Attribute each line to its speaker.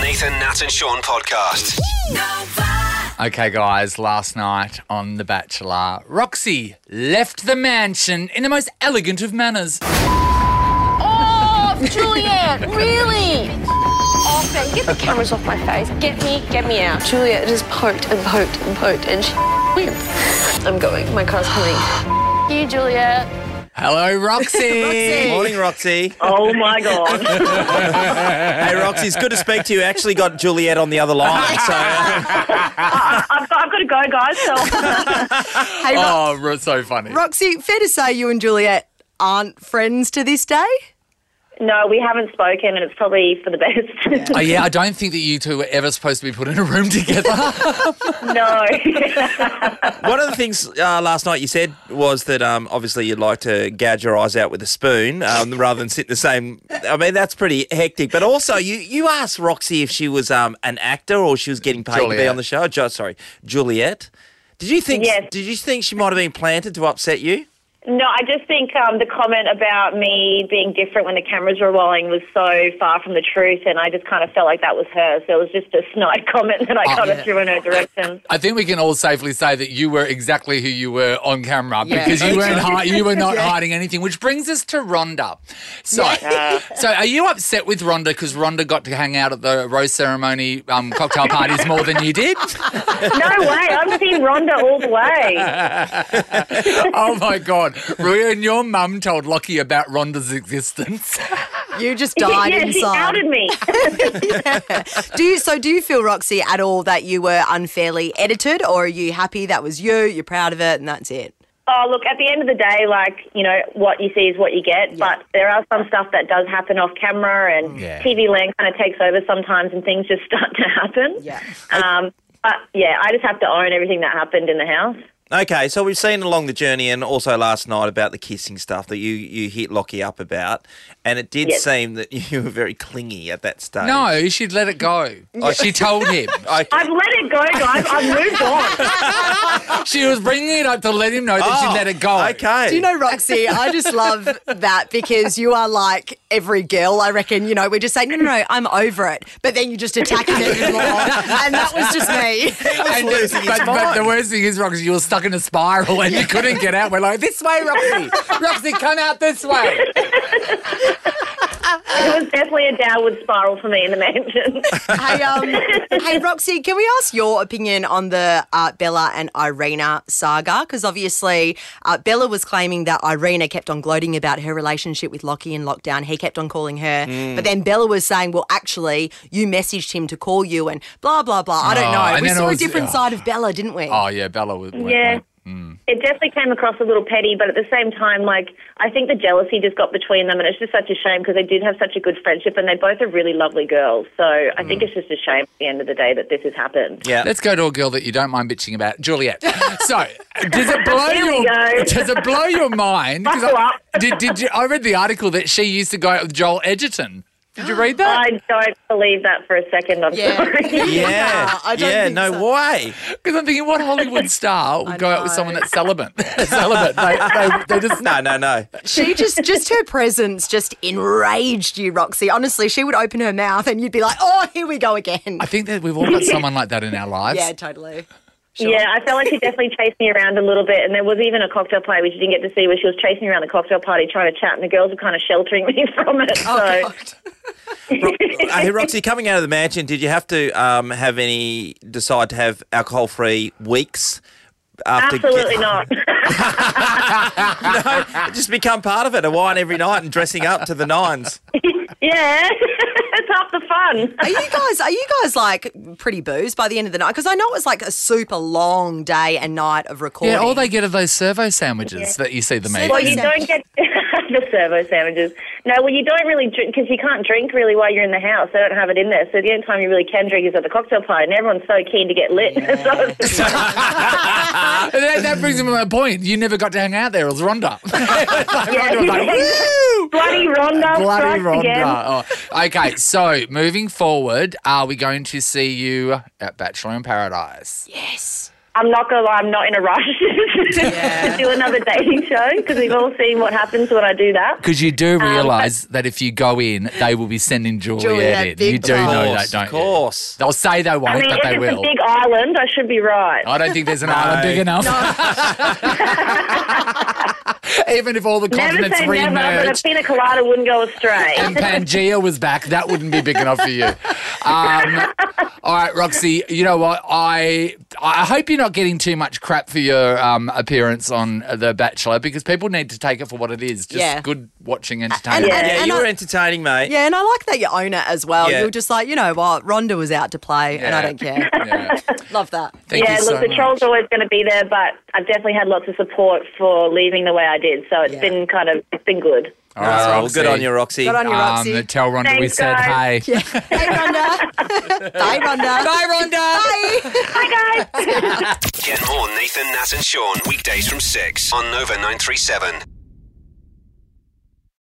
Speaker 1: Nathan, Nat, and Sean podcast.
Speaker 2: Okay, guys, last night on The Bachelor, Roxy left the mansion in the most elegant of manners.
Speaker 3: off, Juliet. Really? Off it. Get the cameras off my face. Get me, get me out. Juliet just poked and poked and poked, and she wins. I'm going. My car's coming. You, Juliet.
Speaker 2: Hello, Roxy.
Speaker 4: Morning, Roxy.
Speaker 5: Oh my god!
Speaker 4: Hey, Roxy, it's good to speak to you. Actually, got Juliet on the other line. So, uh,
Speaker 5: I've got, I've got to go, guys. So
Speaker 6: Hey, Ro-
Speaker 2: Oh, Ro- so funny.
Speaker 6: Roxy, fair to say you and Juliet aren't friends to this day?
Speaker 5: no, we haven't spoken, and it's probably for the best.
Speaker 2: Oh, yeah, I don't think that you two were ever supposed to be put in a room together.
Speaker 5: no,
Speaker 4: one of the things uh, last night you said was that um, obviously you'd like to gouge your eyes out with a spoon um, rather than sit in the same. I mean, that's pretty hectic. But also, you, you asked Roxy if she was um, an actor or she was getting paid to be
Speaker 2: Juliet.
Speaker 4: on the show. Jo- sorry, Juliet. Did you think?
Speaker 5: Yes.
Speaker 4: Did you think she might have been planted to upset you?
Speaker 5: no. I just think um, the comment about me being different when the cameras were rolling was so far from the truth, and I just kind of felt like that was hers. So it was just a snide comment that I kind
Speaker 2: yeah.
Speaker 5: of threw in her direction.
Speaker 2: I think we can all safely say that you were exactly who you were on camera
Speaker 6: Yeah.
Speaker 2: because you weren't hi- you were not hiding anything. Which brings us to Rhonda. So, so are you upset with Rhonda because Rhonda got to hang out at the rose ceremony um, cocktail parties more than you did?
Speaker 5: No way! I've seen Rhonda all the way.
Speaker 2: Oh my God, Rui and your mum told Lockie about Rhonda's existence.
Speaker 6: You just died
Speaker 5: yeah, she
Speaker 6: inside.
Speaker 5: outed me.
Speaker 6: Do you so do you feel, Roxy, at all that you were unfairly edited or are you happy that was you, you're proud of it and that's it?
Speaker 5: Oh, look, at the end of the day, like, you know, what you see is what you get. But there are some stuff that does happen off camera, and
Speaker 2: Yeah.
Speaker 5: TV land kind of takes over sometimes, and things just start to happen.
Speaker 6: Yeah.
Speaker 5: Um, but yeah, I just have to own everything that happened in the house.
Speaker 4: Okay, so we've seen along the journey and also last night about the kissing stuff that you, you hit Lockie up about, and it did
Speaker 5: Yes.
Speaker 4: seem that you were very clingy at that stage.
Speaker 2: No, she'd let it go.
Speaker 4: Oh,
Speaker 2: She told him.
Speaker 5: I've let it go, guys. I've moved on.
Speaker 2: She was bringing it up to let him know that she let it go.
Speaker 4: Oh, Okay.
Speaker 6: Do you know, Roxy, I just love that because you are like every girl, I reckon, you know, we're just saying, no, no, no, I'm over it. But then you just attack it even more. And that was just me.
Speaker 4: He was losing his
Speaker 2: But, but the
Speaker 4: mind.
Speaker 2: worst thing is, Roxy, you were stuck in a spiral and you couldn't get out. We're like, this way, Roxy. Roxy, come out this way.
Speaker 5: It was definitely a downward spiral for me in the mansion.
Speaker 6: hey, um, hey, Roxy, can we ask your opinion on the uh, Bella and Irina saga? Because obviously, uh, Bella was claiming that Irina kept on gloating about her relationship with Lockie in lockdown. He kept on calling her.
Speaker 2: Hmm.
Speaker 6: But then Bella was saying, well, actually, you messaged him to call you and blah, blah, blah. I
Speaker 2: Oh,
Speaker 6: don't
Speaker 2: and
Speaker 6: know. We
Speaker 2: then
Speaker 6: saw
Speaker 2: it
Speaker 6: a
Speaker 2: was-
Speaker 6: different
Speaker 2: oh.
Speaker 6: side of Bella, didn't we?
Speaker 2: Oh, yeah, Bella was.
Speaker 5: Yeah. It definitely came across a little petty, but at the same time, like, I think the jealousy just got between them, and it's just such a shame because they did have such a good friendship, and they both are really lovely girls. So I think it's just a shame at the end of the day that this has happened.
Speaker 4: Yeah.
Speaker 2: Let's go to a girl that you don't mind bitching about, Juliet. So, does it blow
Speaker 5: Here we
Speaker 2: your
Speaker 5: go.
Speaker 2: does it blow your mind? 'Cause
Speaker 5: Buckle
Speaker 2: I,
Speaker 5: up.
Speaker 2: did, did you, I read the article that she used to go out with Joel Edgerton? Did you read that?
Speaker 5: I don't believe that for a second. I'm
Speaker 6: Yeah.
Speaker 5: sorry.
Speaker 4: Yeah.
Speaker 6: I don't
Speaker 4: yeah,
Speaker 6: think
Speaker 4: no
Speaker 6: so.
Speaker 4: way.
Speaker 2: Because I'm thinking, what Hollywood star would go out with
Speaker 6: know.
Speaker 2: someone that's celibate? celibate. They, they, they just
Speaker 4: No, no, no.
Speaker 6: She just, just her presence just enraged you, Roxy. Honestly, she would open her mouth and you'd be like, oh, here we go again.
Speaker 2: I think that we've all got someone like that in our lives.
Speaker 6: Yeah, totally.
Speaker 5: yeah, I felt like she definitely chased me around a little bit, and there was even a cocktail party which you didn't get to see where she was chasing me around the cocktail party trying to chat, and the girls were kind of sheltering me from it. so
Speaker 4: hey, Roxy, coming out of the mansion, did you have to um, have any decide to have alcohol free weeks? After
Speaker 5: absolutely not.
Speaker 4: not. Just become part of it. A wine every night and dressing up to the nines.
Speaker 5: yeah, it's half the fun.
Speaker 6: Are you guys? Are you guys like pretty boozed by the end of the night? Because I know it was like a super long day and night of recording.
Speaker 2: Yeah, all they get are those servo sandwiches that you see them eat.
Speaker 5: Well, you don't get the servo sandwiches. No, well, you don't really drink because you can't drink really while you're in the house. They don't have it in there. So the only time you really can drink is at the cocktail party, and everyone's so keen to get lit. So it's just like,
Speaker 2: And that, that brings me to my point. You never got to hang out there. It was Rhonda.
Speaker 5: yeah,
Speaker 2: Rhonda was like, woo!
Speaker 5: bloody Rhonda,
Speaker 2: Bloody
Speaker 5: strikes again.
Speaker 2: Rhonda. Oh, Okay, so moving forward, are we going to see you at Bachelor in Paradise?
Speaker 6: Yes.
Speaker 5: I'm not gonna lie, I'm not in a rush to do another dating show because we've all seen what happens when I do that.
Speaker 2: Because you do realise that if you go in, they will be sending Juliet,
Speaker 6: Juliet
Speaker 2: in.
Speaker 6: big
Speaker 2: You do
Speaker 6: time.
Speaker 2: know that, don't
Speaker 4: of
Speaker 2: you?
Speaker 4: course.
Speaker 2: They'll say they won't,
Speaker 5: I mean,
Speaker 2: but
Speaker 5: if
Speaker 2: they
Speaker 5: it's
Speaker 2: will.
Speaker 5: a big island, I should be right.
Speaker 2: I don't think there's an island big enough. Even if all the
Speaker 5: never
Speaker 2: continents
Speaker 5: say never, but a
Speaker 2: remerged
Speaker 5: pina colada wouldn't go astray.
Speaker 2: and Pangea was back, that wouldn't be big enough for you. Um, all right, Roxy, you know what? I I hope you're not getting too much crap for your um, appearance on The Bachelor because people need to take it for what it is. Just
Speaker 6: Yeah.
Speaker 2: good watching entertainment.
Speaker 6: and-
Speaker 4: Yeah,
Speaker 6: and
Speaker 4: you
Speaker 6: I-
Speaker 4: were entertaining, mate.
Speaker 6: Yeah, and I like that you own it as well.
Speaker 4: Yeah.
Speaker 6: You're just like, you know what, Rhonda was out to play and I
Speaker 2: Yeah.
Speaker 6: don't care.
Speaker 2: Yeah.
Speaker 6: Love that.
Speaker 2: Thank
Speaker 5: yeah,
Speaker 2: you
Speaker 5: look,
Speaker 2: so
Speaker 5: the
Speaker 2: much.
Speaker 5: troll's always going to be there, but I've definitely had lots of support for leaving the way I did, so it's
Speaker 6: Yeah.
Speaker 5: been kind of it's been good.
Speaker 2: All
Speaker 4: Oh,
Speaker 2: right,
Speaker 4: well, good on you, Roxy.
Speaker 6: Good on you, Roxy.
Speaker 2: Um, tell Rhonda we
Speaker 5: Thanks,
Speaker 2: said
Speaker 5: guys.
Speaker 2: hey.
Speaker 6: Hey, Rhonda. Bye, Rhonda. Bye, Rhonda. Bye.
Speaker 5: Hi guys.
Speaker 1: Get more Nathan, Nat, and Sean weekdays from 6 on Nova 937.